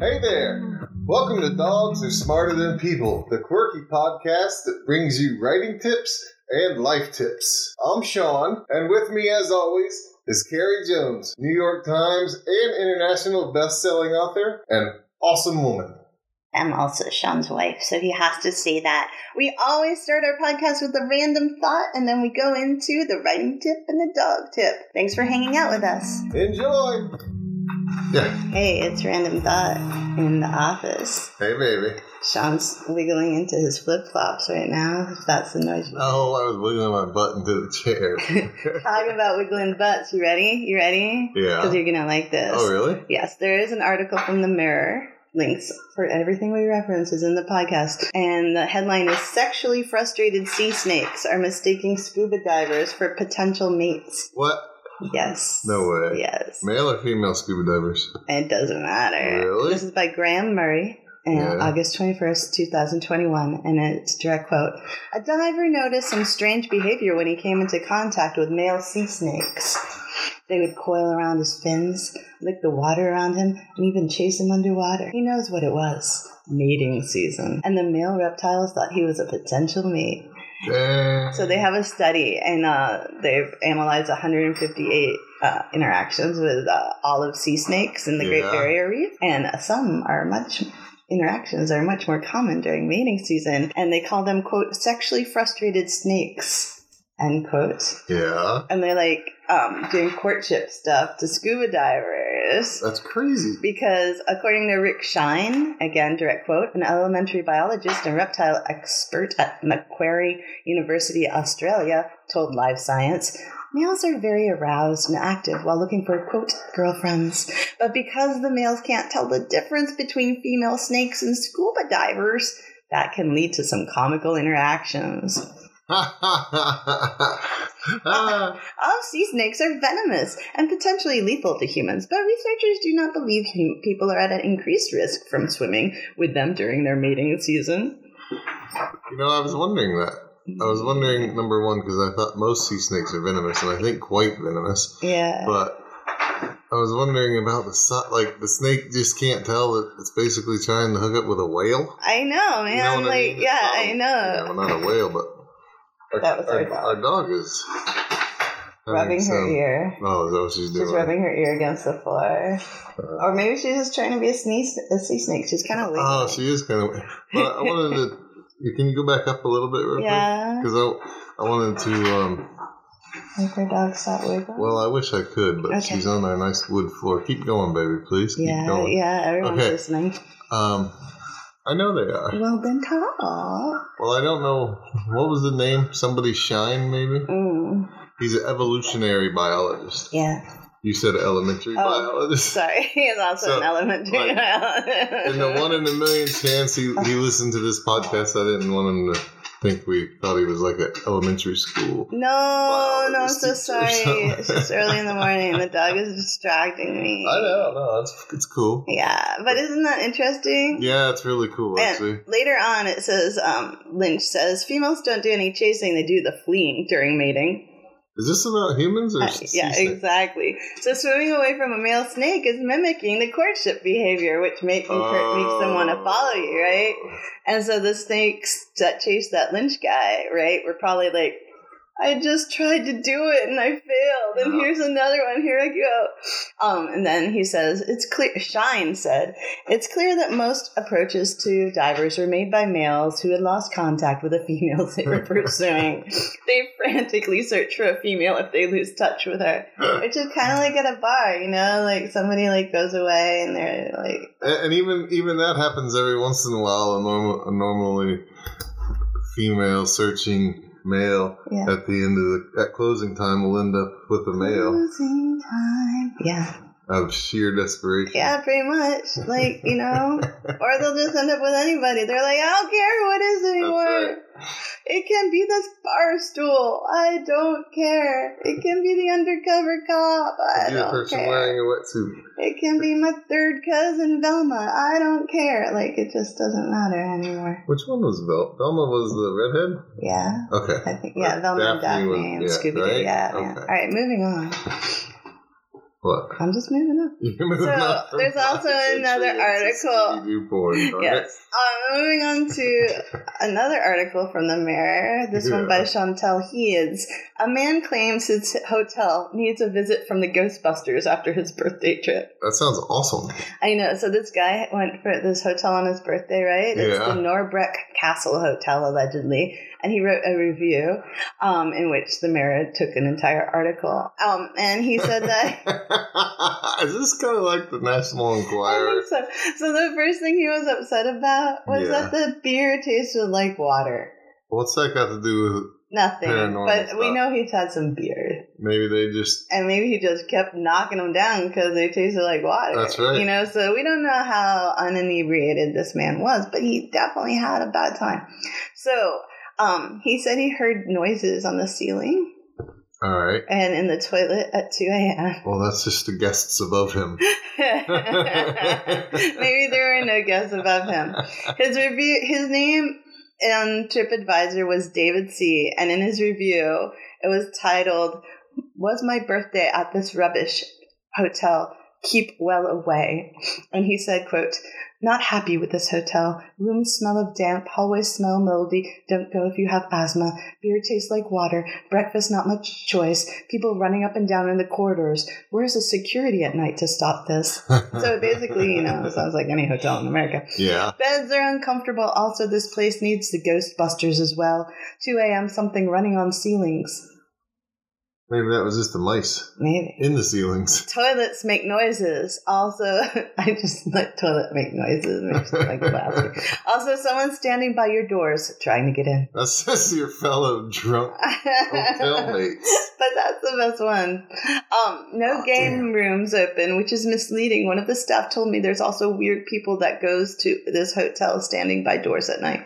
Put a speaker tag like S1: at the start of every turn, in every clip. S1: Hey there! Welcome to Dogs Are Smarter Than People, the quirky podcast that brings you writing tips and life tips. I'm Sean, and with me, as always, is Carrie Jones, New York Times and international best-selling author and awesome woman.
S2: I'm also Sean's wife, so he has to say that. We always start our podcast with a random thought and then we go into the writing tip and the dog tip. Thanks for hanging out with us.
S1: Enjoy. Yeah.
S2: Hey, it's Random Thought in the office.
S1: Hey, baby.
S2: Sean's wiggling into his flip flops right now, if that's the noise.
S1: Oh, I was wiggling my butt into the chair.
S2: Talk about wiggling butts. You ready? You ready? Because
S1: yeah.
S2: you're going to like this.
S1: Oh, really?
S2: Yes, there is an article from the Mirror. Links for everything we reference is in the podcast. And the headline is Sexually Frustrated Sea Snakes Are Mistaking Scuba Divers for Potential Mates.
S1: What?
S2: Yes.
S1: No way.
S2: Yes.
S1: Male or female scuba divers?
S2: It doesn't matter.
S1: Really?
S2: This is by Graham Murray. And
S1: Yeah.
S2: August 21st, 2021, and it's direct quote. A diver noticed some strange behavior when he came into contact with male sea snakes. They would coil around his fins, lick the water around him, and even chase him underwater. He knows what it was mating season. And the male reptiles thought he was a potential mate.
S1: Damn.
S2: So they have a study, and uh, they've analyzed 158 uh, interactions with uh, olive sea snakes in the Great
S1: Yeah.
S2: Barrier Reef, and some are much. Interactions are much more common during mating season, and they call them "quote sexually frustrated snakes." End quote.
S1: Yeah.
S2: And they're like um, doing courtship stuff to scuba divers.
S1: That's crazy.
S2: Because according to Rick Shine, again, direct quote, an elementary biologist and reptile expert at Macquarie University, Australia, told Live Science, males are very aroused and active while looking for, quote, girlfriends. But because the males can't tell the difference between female snakes and scuba divers, that can lead to some comical interactions.
S1: yeah,
S2: All sea snakes are venomous and potentially lethal to humans, but researchers do not believe hum- people are at an increased risk from swimming with them during their mating season.
S3: You know, I was wondering that. I was wondering number one because I thought most sea snakes are venomous, and I think quite venomous.
S2: Yeah.
S3: But I was wondering about the si- like the snake just can't tell that it's basically trying to hook up with a whale.
S2: I know, man.
S3: You know what I
S2: like,
S3: mean?
S2: yeah,
S3: It's
S2: I
S3: all- Yeah,
S2: know.
S3: well, not a whale, but our,
S2: Uh, That was our dog.
S3: our dog is having
S2: rubbing her
S3: some-
S2: ear.
S3: Oh, is that what she's doing?
S2: She's rubbing her ear against the floor. or maybe she's just trying to be a, sneeze, a sea snake. She's kind of
S3: Uh, Oh,
S2: lazy.
S3: she is kind of. But I wanted to. Can you go back up a little bit, real
S2: yeah.
S3: Because I, I wanted to. Um,
S2: Make her dog stop wiggling.
S3: Well, I wish I could, but
S2: Okay.
S3: she's on our nice wood floor. Keep going, baby, please. Keep
S2: yeah,
S3: going.
S2: yeah, everyone's
S3: Okay.
S2: listening.
S3: Um, I know they are.
S2: Well, then talk.
S3: Well, I don't know. What was the name? Somebody Shine, maybe?
S2: Mm,
S3: He's an evolutionary biologist.
S2: yeah.
S3: You said elementary
S2: Oh,
S3: biologist.
S2: Sorry, he's also
S3: So,
S2: an elementary.
S3: like, In the one in a million chance he, he listened to this podcast, I didn't want him to think we thought he was like at elementary school.
S2: No, no, I'm
S3: this teacher
S2: so
S3: or
S2: sorry.
S3: something.
S2: It's just early in the morning. The dog is distracting me.
S3: I know, no, it's, it's cool.
S2: Yeah, but isn't that interesting?
S3: Yeah, it's really cool, actually.
S2: And later on, it says um, Lynch says females don't do any chasing; they do the fleeing during mating.
S3: Is this about humans or
S2: Uh,
S3: sea
S2: yeah,
S3: snakes?
S2: exactly. So swimming away from a male snake is mimicking the courtship behavior, which make,
S3: Oh.
S2: makes them want to follow you, right? And so the snakes that chased that lynch guy, right, were probably like, I just tried to do it and I failed, and
S3: Yeah.
S2: here's another one, here I go. Um, and then he says, It's clear, Shine said, It's clear that most approaches to divers were made by males who had lost contact with the females they were pursuing. they frantically search for a female if they lose touch with her, which is kind of like at a bar, you know, like somebody like goes away and they're like,
S3: And, and even even that happens every once in a while. A, normal, a normally female searching male
S2: Yeah.
S3: at the end of the at closing time will end up with a male
S2: Losing time. Yeah.
S3: out of sheer desperation.
S2: Mm. Yeah, pretty much. Like, you know, or they'll just end up with anybody. They're like, I don't care who it is anymore.
S3: right.
S2: It can be this bar stool. I don't care. It can be the undercover cop. I
S3: Be the
S2: don't
S3: person
S2: care.
S3: wearing a wetsuit.
S2: It can be my third cousin, Velma. I don't care. Like, it just doesn't matter anymore.
S3: Which one was Vel- Velma? Was the
S2: Yeah.
S3: redhead? Okay.
S2: I think, yeah,
S3: Right.
S2: Velma and
S3: Daphne
S2: Daphne
S3: was-
S2: and
S3: yeah,
S2: Scooby Doo.
S3: right?
S2: Yeah, yeah.
S3: Okay.
S2: All right, moving on.
S3: What?
S2: I'm just moving up. So there's also another article.
S3: You porn. all right?
S2: Yes. Uh, moving on to another article from the Mirror. This one by
S3: Yeah.
S2: Chantel Heeds. A man claims his hotel needs a visit from the Ghostbusters after his birthday trip.
S3: That sounds awesome.
S2: I know. So this guy went for this hotel on his birthday, right? It's
S3: Yeah.
S2: the Norbreck Castle Hotel, allegedly. And he wrote a review um, in which the mirror took an entire article. Um, and he said that.
S3: Is this kind of like the National
S2: I
S3: Enquirer?
S2: think so. So the first thing he was upset about
S3: Yeah.
S2: was that the beer tasted like water.
S3: What's that got to do with?
S2: Nothing.
S3: Paranormal
S2: but we
S3: stuff.
S2: know he's had some beer.
S3: Maybe they just
S2: And maybe he just kept knocking them down because they tasted like water.
S3: That's right.
S2: You know, so we don't know how uninebriated this man was, but he definitely had a bad time. So um, he said he heard noises on the ceiling
S3: all right.
S2: and in the toilet at 2 a.m.
S3: Well, that's just the guests above him.
S2: maybe there were no guests above him. His review, his name on TripAdvisor was David C. And in his review, it was titled, "Was my birthday at this rubbish hotel? Keep well away." And he said, "Quote." Not happy with this hotel. Rooms smell of damp, hallways smell moldy. Don't go if you have asthma. Beer tastes like water. Breakfast not much choice. People running up and down in the corridors. Where's the security at night to stop this? So basically, you know, sounds like any hotel in America.
S3: Yeah.
S2: Beds are uncomfortable. Also, this place needs the Ghostbusters as well. 2 a.m. something running on ceilings.
S3: Maybe that was just the mice
S2: Maybe.
S3: in the ceilings.
S2: Toilets make noises. Also, I just let toilet make noises. Makes me like laughing. Also, someone standing by your doors trying to get in.
S3: That's just your fellow drunk hotel mates.
S2: But that's the best one. Um, no
S3: Oh,
S2: game
S3: damn.
S2: rooms open, which is misleading. One of the staff told me there's also weird people that goes to this hotel standing by doors at night.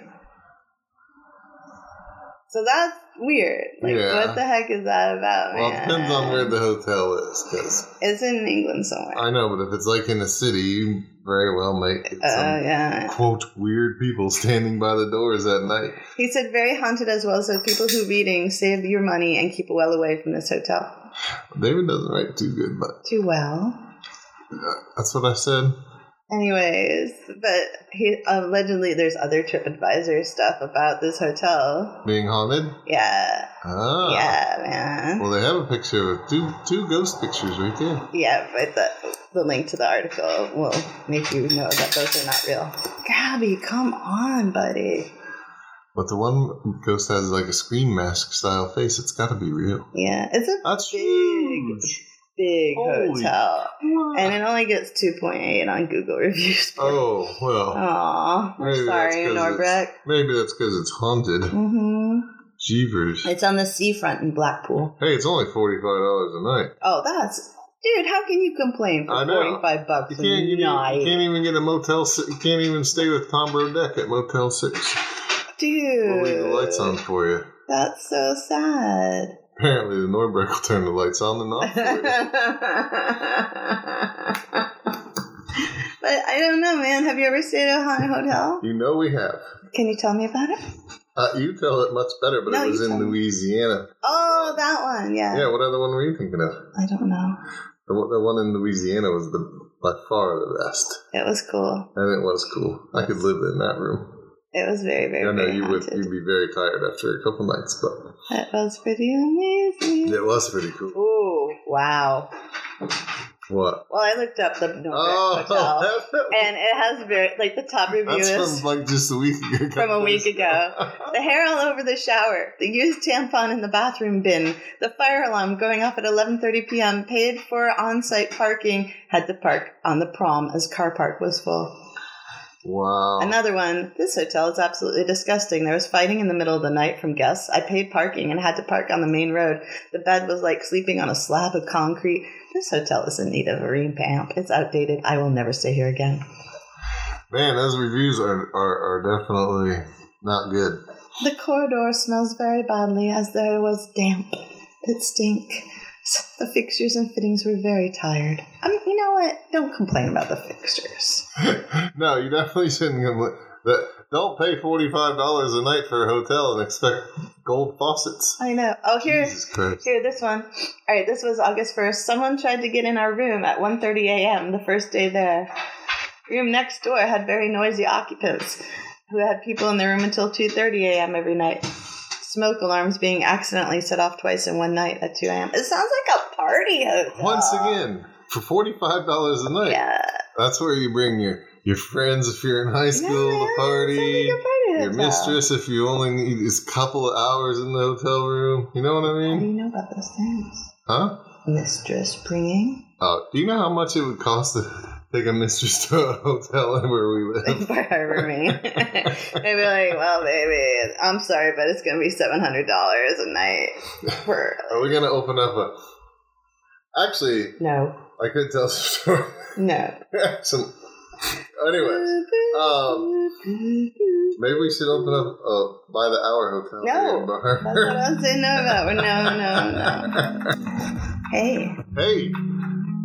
S2: So that's weird. Like,
S3: Yeah.
S2: what the heck is that about?
S3: Well, it
S2: man?
S3: depends on where the Uh, hotel is, 'cause
S2: It's in England somewhere.
S3: I know, but if it's like in the city, you very well might get
S2: Oh
S3: some
S2: yeah.
S3: quote weird people standing by the doors at night.
S2: He said very haunted as well. So people who reading save your money and keep well away from this hotel.
S3: David doesn't write too good, but uh,
S2: Too well.
S3: that's what I said.
S2: Anyways, but he allegedly there's other TripAdvisor stuff about this hotel.
S3: Being haunted.
S2: Yeah,
S3: Ah.
S2: yeah, man.
S3: Well, they have a picture of two two ghost pictures right there.
S2: yeah, but the, the link to the article will make you know that those are not real. Gabby, come on, buddy.
S3: But the one ghost has like a scream mask style face. It's got to be real.
S2: Yeah, it's a
S3: That's
S2: Big.
S3: huge.
S2: big
S3: Holy
S2: hotel, and it only gets two point eight on Google reviews.
S3: Oh well.
S2: Aw,
S3: Maybe
S2: I'm
S3: that's
S2: sorry,
S3: 'cause
S2: Norbeck.
S3: Maybe that's because it's haunted.
S2: Mm-hmm.
S3: Jeevers.
S2: It's on the seafront in Blackpool.
S3: Hey, it's only forty five dollars a night.
S2: Oh, that's dude. How can you complain
S3: I
S2: for
S3: know.
S2: forty five bucks
S3: You
S2: a
S3: can't, you,
S2: night,
S3: you can't even get a motel. si- You can't even stay with Tom Brodeck at Motel Six.
S2: dude?
S3: We'll leave the lights on for you.
S2: That's so sad.
S3: Apparently, the Norberg will turn the lights on and off.
S2: but
S3: for you.
S2: I don't know, man. Have you ever stayed at a haunted hotel?
S3: you know we have.
S2: Can you tell me about it?
S3: Uh, you tell it much better, but
S2: No,
S3: it was
S2: you
S3: in
S2: tell me.
S3: Louisiana.
S2: Oh, that one. Yeah.
S3: Yeah, what other one were you thinking of?
S2: I don't know.
S3: The, one- the one in Louisiana was the by far the best,
S2: It was cool.
S3: and it was cool. I could live in that room.
S2: It was very, very,
S3: I know
S2: very
S3: you would.
S2: haunted.
S3: You'd be very tired after a couple nights, but
S2: It was pretty amazing.
S3: it was pretty cool.
S2: Oh, wow.
S3: What?
S2: Well, I looked up the Nordic
S3: Oh,
S2: Hotel. and it has very like the top review
S3: that's
S2: is
S3: from like just a week ago.
S2: from a week ago. The hair all over the shower, the used tampon in the bathroom bin, the fire alarm going off at 11:30 p.m. Paid for on-site parking. Had to park on the prom as car park was full.
S3: Wow.
S2: Another one. This hotel is absolutely disgusting. There was fighting in the middle of the night from guests. I paid parking and had to park on the main road. The bed was like sleeping on a slab of concrete. This hotel is in need of a revamp. It's outdated. I will never stay here again.
S3: Man, those reviews are, are, are definitely not good.
S2: The corridor smells very badly as though it was damp. It stink. S- The fixtures and fittings were very tired. Um, I mean, you know what? Don't complain about the fixtures.
S3: no, you definitely shouldn't. compl- That, don't pay $45 a night for a hotel and expect gold faucets.
S2: I know. Oh, here,
S3: Jesus Christ.
S2: here, this one. All right, this was August 1st. Someone tried to get in our room at 1.30 a.m. the first day there. Room next door had very noisy occupants who had people in the room until 2.30 a.m. every night. Smoke alarms being accidentally set off twice in one night at 2 a.m. It sounds like a party hotel.
S3: Once again, for $45 a night.
S2: Yeah.
S3: That's where you bring your, your friends if you're in high school
S2: Yeah,
S3: to
S2: it sounds
S3: party.
S2: like a party
S3: Your
S2: hotel.
S3: mistress if you only need a couple of hours in the hotel room. You know what I
S2: How do
S3: mean?
S2: you know about those things?
S3: Huh?
S2: Mistress bringing
S3: Oh, do you know how much it would cost to take a mistress to a hotel where we live?
S2: for her me. They'd be like, "Well, baby, I'm sorry, but it's gonna be seven hundred dollars a night for
S3: Are we gonna open up a? Actually,
S2: no,
S3: I could tell some story.
S2: no."
S3: some. Anyways, um, maybe we should open up a by the hour hotel.
S2: No.
S3: in Bar-
S2: That's what I say no about. No, no, no. Hey,
S3: hey,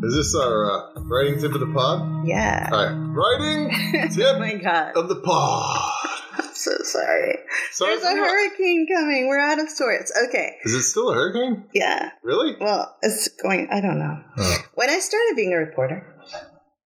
S3: is this our uh, writing tip of the pod?
S2: yeah.
S3: All right, writing
S2: Oh
S3: tip
S2: my god,
S3: of the pod.
S2: I'm so sorry.
S3: Sorry
S2: There's a
S3: for what?
S2: hurricane coming. We're out of sorts. Okay,
S3: Is it still a hurricane?
S2: yeah.
S3: Really?
S2: Well, it's going. I don't know.
S3: Oh.
S2: When I started being a reporter,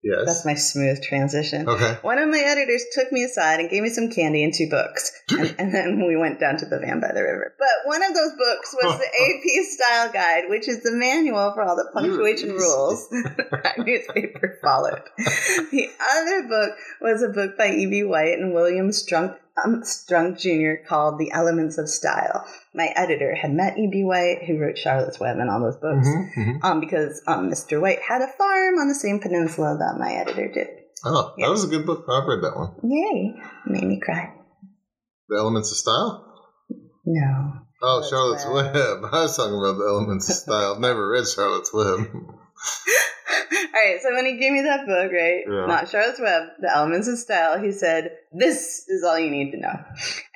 S3: Yes.
S2: that's my smooth transition.
S3: okay.
S2: One of my editors took me aside and gave me some candy and two books. And, and then we went down to the van by the river. But one of those books was the AP Style Guide, which is the manual for all the punctuation
S3: You-
S2: rules that newspaper followed. The other book was a book by E.B. White and William Strunk, um, Strunk Jr. called The Elements of Style. My editor had met E.B. White, who wrote Charlotte's Web and all those books,
S3: Mhm, mhm.
S2: um, because um, Mr. White had a farm on the same peninsula that my editor did.
S3: Oh, that was a good book. I've read that one.
S2: Yay. Made me cry.
S3: The Elements of Style.
S2: No.
S3: Oh,
S2: Charlotte's
S3: Charlotte's Web. I was talking about the elements of style. I've never read Charlotte's Web.
S2: All right, so when he gave me that book, right?
S3: Yeah.
S2: Not Charlotte's Web, The Elements of Style, he said, This is all you need to know.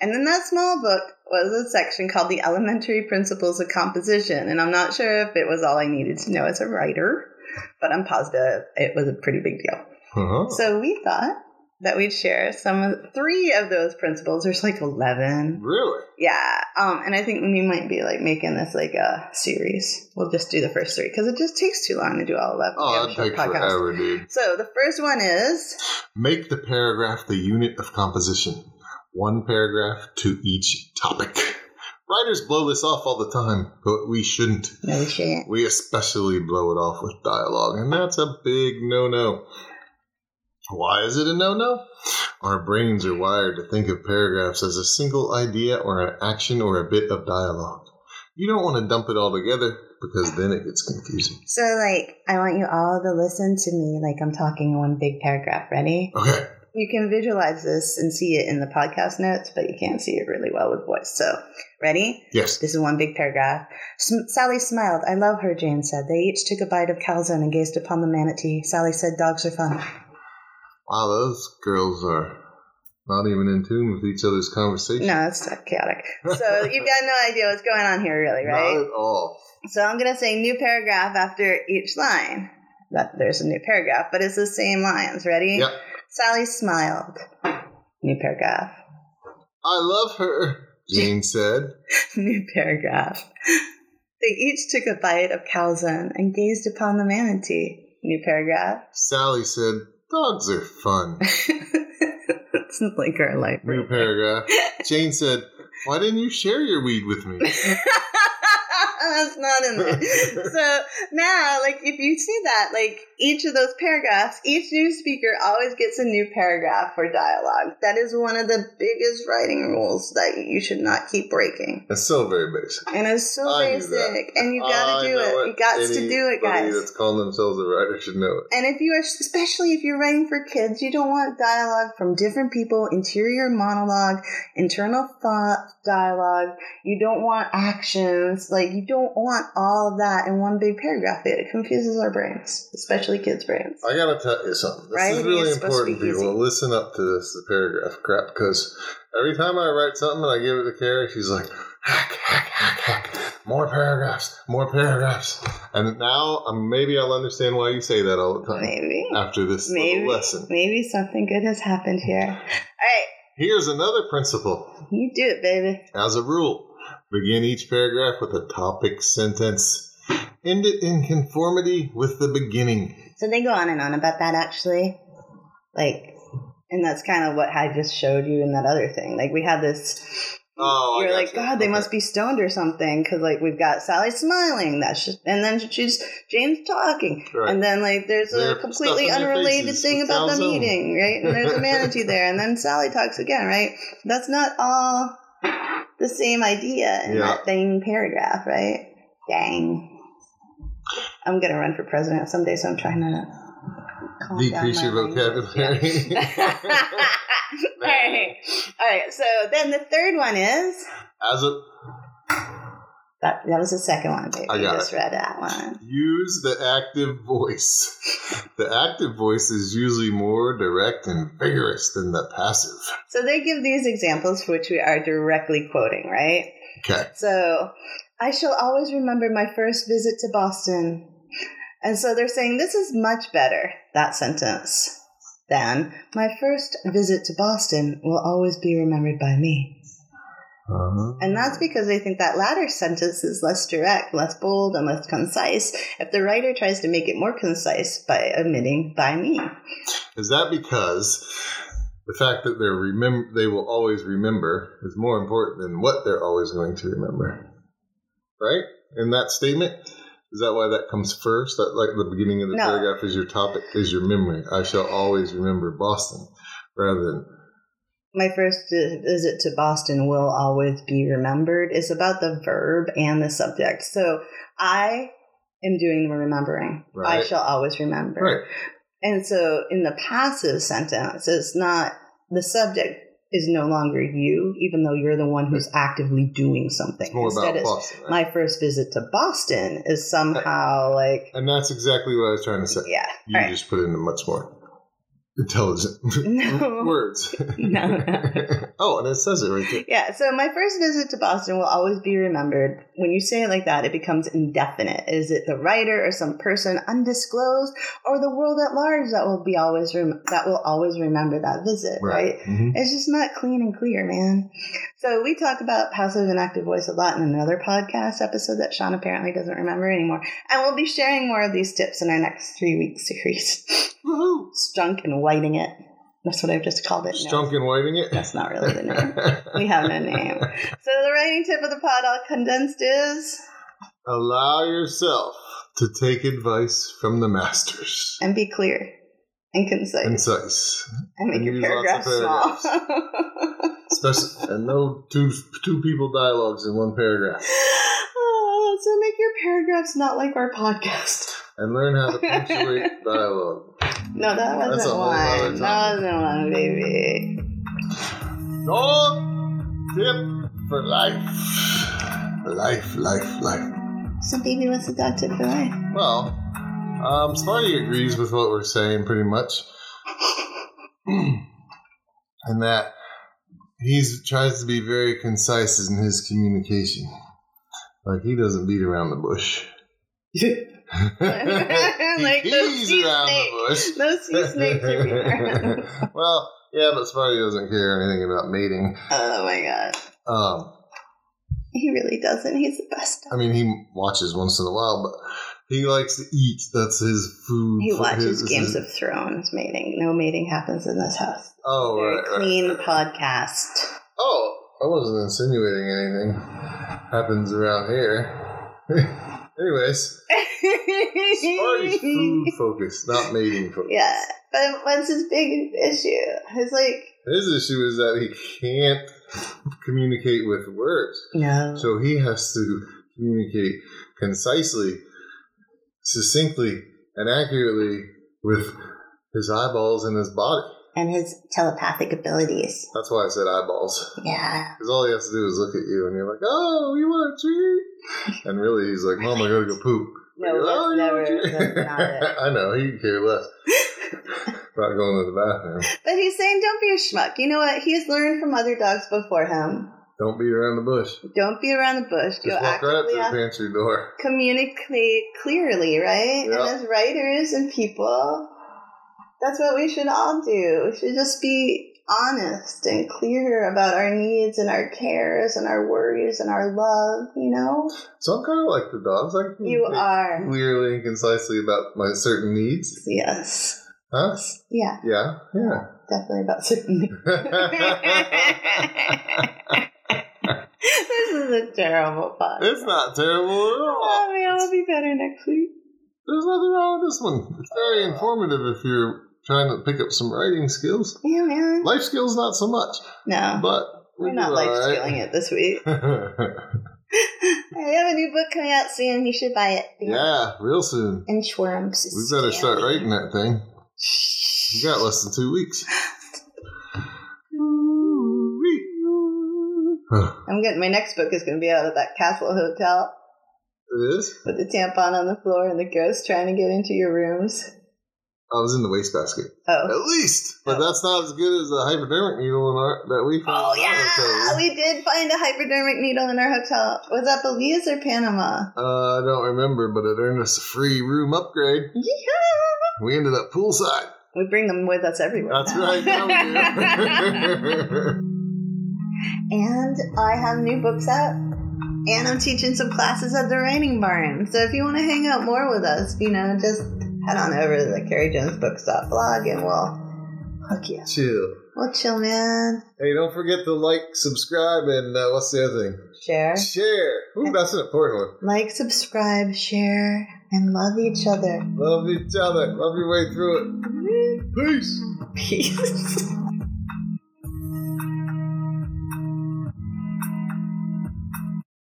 S2: And in that small book was a section called The Elementary Principles of Composition. And I'm not sure if it was all I needed to know as a writer, but I'm positive it was a pretty big deal.
S3: Uh-huh.
S2: So we thought that we'd share some of three of those principles. There's like 11.
S3: really?
S2: Yeah, um, and I think we might be like making this like a series. We'll just do the first three because it just takes too long to do all eleven. We
S3: Oh,
S2: have a
S3: that'd
S2: short
S3: take forever, dude.
S2: So the first one is
S3: Make the paragraph the unit of composition. One paragraph to each topic. Writers blow this off all the time, but we shouldn't.
S2: no shit.
S3: We especially blow it off with dialogue, and that's a big no no. Why is it a no no? Our brains are wired to think of paragraphs as a single idea or an action or a bit of dialogue. You don't want to dump it all together because then it gets confusing.
S2: So like, I want you all to listen to me like I'm talking in one big paragraph. Ready?
S3: Okay,
S2: You can visualize this and see it in the podcast notes, but you can't see it really well with voice. So ready?
S3: yes.
S2: This is one big paragraph. Sm- Sally smiled. I love her, Jane said. They each took a bite of calzone and gazed upon the manatee. Sally said, Dogs are fun.
S3: Wow, those girls are not even in tune with each other's conversation.
S2: No, it's chaotic. So you've got no idea what's going on here, really, right?
S3: Not at all.
S2: So I'm going to say new paragraph after each line. That there's a new paragraph, but it's the same lines. Ready?
S3: Yep.
S2: Sally smiled. New paragraph.
S3: I love her, Jane said.
S2: new paragraph. They each took a bite of calzone and gazed upon the manatee. New paragraph.
S3: Sally said, Dogs are fun.
S2: it's like our life.
S3: New paragraph. Jane said, Why didn't you share your weed with me?
S2: That's not in there. so now, like, if you see that, like, each of those paragraphs, each new speaker always gets a new paragraph for dialogue. That is one of the biggest writing rules that you should not keep breaking.
S3: That's so very basic.
S2: And it's so
S3: I knew that.
S2: basic, and you gotta
S3: I
S2: do
S3: know
S2: it. You got to do it,
S3: Anybody
S2: guys.
S3: that's calling themselves a writer should know it.
S2: And if you are, especially if you're writing for kids, you don't want dialogue from different people, interior monologue, internal thought dialogue. You don't want actions. Like, you don't want all of that in one big paragraph. It confuses our brains, especially kids' brains.
S3: I gotta tell you something. This is
S2: Writing
S3: really
S2: is supposed to
S3: important,
S2: be
S3: people.
S2: easy.
S3: Listen up to this, the paragraph crap, because every time I write something and I give it to Carrie, she's like, hack, hack, hack, hack. More paragraphs, more paragraphs. And now um, maybe I'll understand why you say that all the time
S2: Maybe.
S3: after this little
S2: Maybe.
S3: lesson.
S2: Maybe something good has happened here. All right.
S3: Here's another principle.
S2: You do it, baby.
S3: As a rule, begin each paragraph with a topic sentence. End it in conformity with the beginning.
S2: So they go on and on about that, actually. Like, and that's kind of what I just showed you in that other thing. Like, we had this.
S3: Oh, I
S2: you're
S3: got
S2: like,
S3: you.
S2: God, they
S3: Okay.
S2: must be stoned or something, because like we've got Sally smiling. That's just, and then she's James talking,
S3: Right.
S2: and then like there's
S3: They're
S2: a completely
S3: stuffing their
S2: unrelated
S3: faces
S2: thing
S3: with
S2: about them
S3: calzone.
S2: eating, right? And there's a manatee there, and then Sally talks again, right? That's not all the same idea in
S3: Yeah.
S2: that dang paragraph, right? Dang. I'm gonna run for president someday, so I'm trying to calm down
S3: Decrease
S2: my
S3: your
S2: language.
S3: vocabulary.
S2: all right, all right. So then the third one is.
S3: As a
S2: That, that was the second one. Babe.
S3: I got
S2: I just read that one.
S3: Use the active voice. The active voice is usually more direct and vigorous than the passive.
S2: So they give these examples for which we are directly quoting, right?
S3: Okay.
S2: So I shall always remember my first visit to Boston. And so they're saying this is much better, that sentence, than my first visit to Boston will always be remembered by me.
S3: Uh-huh.
S2: And that's because they think that latter sentence is less direct, less bold, and less concise if the writer tries to make it more concise by omitting by me.
S3: is that because the fact that they're remember they will always remember is more important than what they're always going to remember, right? In that statement, is that why that comes first? That like the beginning of the
S2: No.
S3: paragraph is your topic is your memory. I shall always remember Boston, rather than
S2: My first uh, visit to Boston will always be remembered. It's about the verb and the subject. So I am doing the remembering. I
S3: Right.
S2: shall always remember.
S3: right.
S2: And so in the passive sentence, it's not the subject is no longer you, even though you're the one who's actively doing something.
S3: It's more
S2: Instead,
S3: about
S2: it's
S3: Boston, right?
S2: my first visit to Boston is somehow like,
S3: and that's exactly what I was trying to say.
S2: yeah,
S3: You
S2: All right.
S3: just put in a much more intelligent
S2: No.
S3: words.
S2: No, no.
S3: oh, and it says it right there.
S2: Yeah, so my first visit to Boston will always be remembered. When you say it like that, it becomes indefinite. Is it the writer or some person undisclosed or the world at large that will be always rem- that will always remember that visit, right?
S3: Mhm.
S2: It's just not clean and clear, man. So we talk about passive and active voice a lot in another podcast episode that Sean apparently doesn't remember anymore. And we'll be sharing more of these tips in our next three week series.
S3: Woohoo!
S2: Strunk and whiting it. That's what I've just called it. now.
S3: Strunk and whiting it.
S2: That's not really the name. We have no name. So the writing tip of the pod all condensed is
S3: Allow yourself to take advice from the masters.
S2: and be clear and concise
S3: Concise.
S2: and make
S3: and
S2: your
S3: use
S2: paragraph
S3: lots of
S2: small.
S3: Especially, and no two two people dialogues in one paragraph.
S2: Oh, so make your paragraphs not like our podcast.
S3: And learn how to punctuate dialogue.
S2: No, that
S3: That's a
S2: wasn't
S3: whole other
S2: one. That
S3: topic.
S2: wasn't one, baby.
S3: Dog tip for life. Life, life, life.
S2: So, baby, what's the dog tip for life?
S3: Well, um, Smarty agrees with what we're saying pretty much. and that he's tries to be very concise in his communication. Like he doesn't beat around the bush.
S2: Like
S3: he
S2: the
S3: pees
S2: sea
S3: around
S2: snake.
S3: the bush.
S2: No sea snakes everywhere.
S3: well, yeah, but Smarty doesn't care anything about mating.
S2: oh my god.
S3: Um,
S2: He really doesn't. He's the best.
S3: I mean, he watches once in a while, but he likes to eat. That's his food.
S2: He
S3: for
S2: watches
S3: his-
S2: Games
S3: his-
S2: of Thrones mating. No mating happens in this house.
S3: Oh,
S2: Very
S3: right, right.
S2: clean podcast.
S3: Oh, I wasn't insinuating anything. Happens around here. Anyways, Smarty's food focused, not mating focused.
S2: yeah, but what's his big issue? He's like,
S3: His issue is that he can't communicate with words,
S2: no.
S3: so he has to communicate concisely, succinctly, and accurately with his eyeballs and his body.
S2: and his telepathic abilities.
S3: That's why I said eyeballs.
S2: Yeah.
S3: Because all he has to do is look at you, and you're like, "Oh, you want a treat?" And really, he's like, "Mom, I gotta go poop."
S2: No,
S3: Oh,
S2: that's
S3: you want
S2: never,
S3: to-
S2: that's not it.
S3: I know, he can care less about going to the bathroom.
S2: But he's saying, don't be a schmuck. You know what? He has learned from other dogs before him.
S3: Don't be around the bush.
S2: Don't be around the bush. Go
S3: Just walk right up to
S2: actively
S3: the
S2: out-
S3: pantry door.
S2: communicate clearly, right?
S3: Yeah.
S2: And as writers and people, that's what we should all do. We should just be honest and clear about our needs and our cares and our worries and our love, you know?
S3: So I'm kind of like the dogs. I can
S2: You
S3: think
S2: are.
S3: clearly and concisely about my certain needs.
S2: Yes.
S3: Huh?
S2: Yeah,
S3: Yeah, yeah.
S2: definitely about certain this is a terrible podcast.
S3: it's not terrible at all.
S2: Oh, man, we'll be better next week.
S3: There's nothing wrong with this one. It's very informative if you're trying to pick up some writing skills.
S2: Yeah, man.
S3: Life skills, not so much,
S2: No,
S3: but we
S2: we're not
S3: do all
S2: life
S3: right.
S2: stealing it this week. I have a new book coming out soon. You should buy it.
S3: yeah, real soon.
S2: And Schwerms.
S3: We better start writing that thing. We got less than two weeks. Ooh-wee.
S2: I'm getting my next book is going to be out at that Castle Hotel
S3: it is.
S2: with the tampon on the floor and the ghost trying to get into your rooms.
S3: I was in the wastebasket.
S2: Oh.
S3: At least. But that's not as good as the hypodermic needle in our, that we found.
S2: Oh
S3: in our
S2: yeah,
S3: hotel room.
S2: we did find a hypodermic needle in our hotel. Was that Belize or Panama?
S3: Uh, I don't remember, but it earned us a free room upgrade.
S2: Yeehaw!
S3: We ended up poolside.
S2: We bring them with us everywhere.
S3: That's
S2: now.
S3: right. Now we do.
S2: and I have new books out. And I'm teaching some classes at the Writing Barn. So if you want to hang out more with us, you know, just head on over to the Carrie Jones blog and we'll hook you.
S3: Chill.
S2: Well, chill, man.
S3: Hey, don't forget to like, subscribe, and uh, what's the other thing?
S2: Share.
S3: Share. Ooh, that's an important one.
S2: Like, subscribe, share, and love each other.
S3: Love each other. Love your way through it. Peace.
S2: Peace.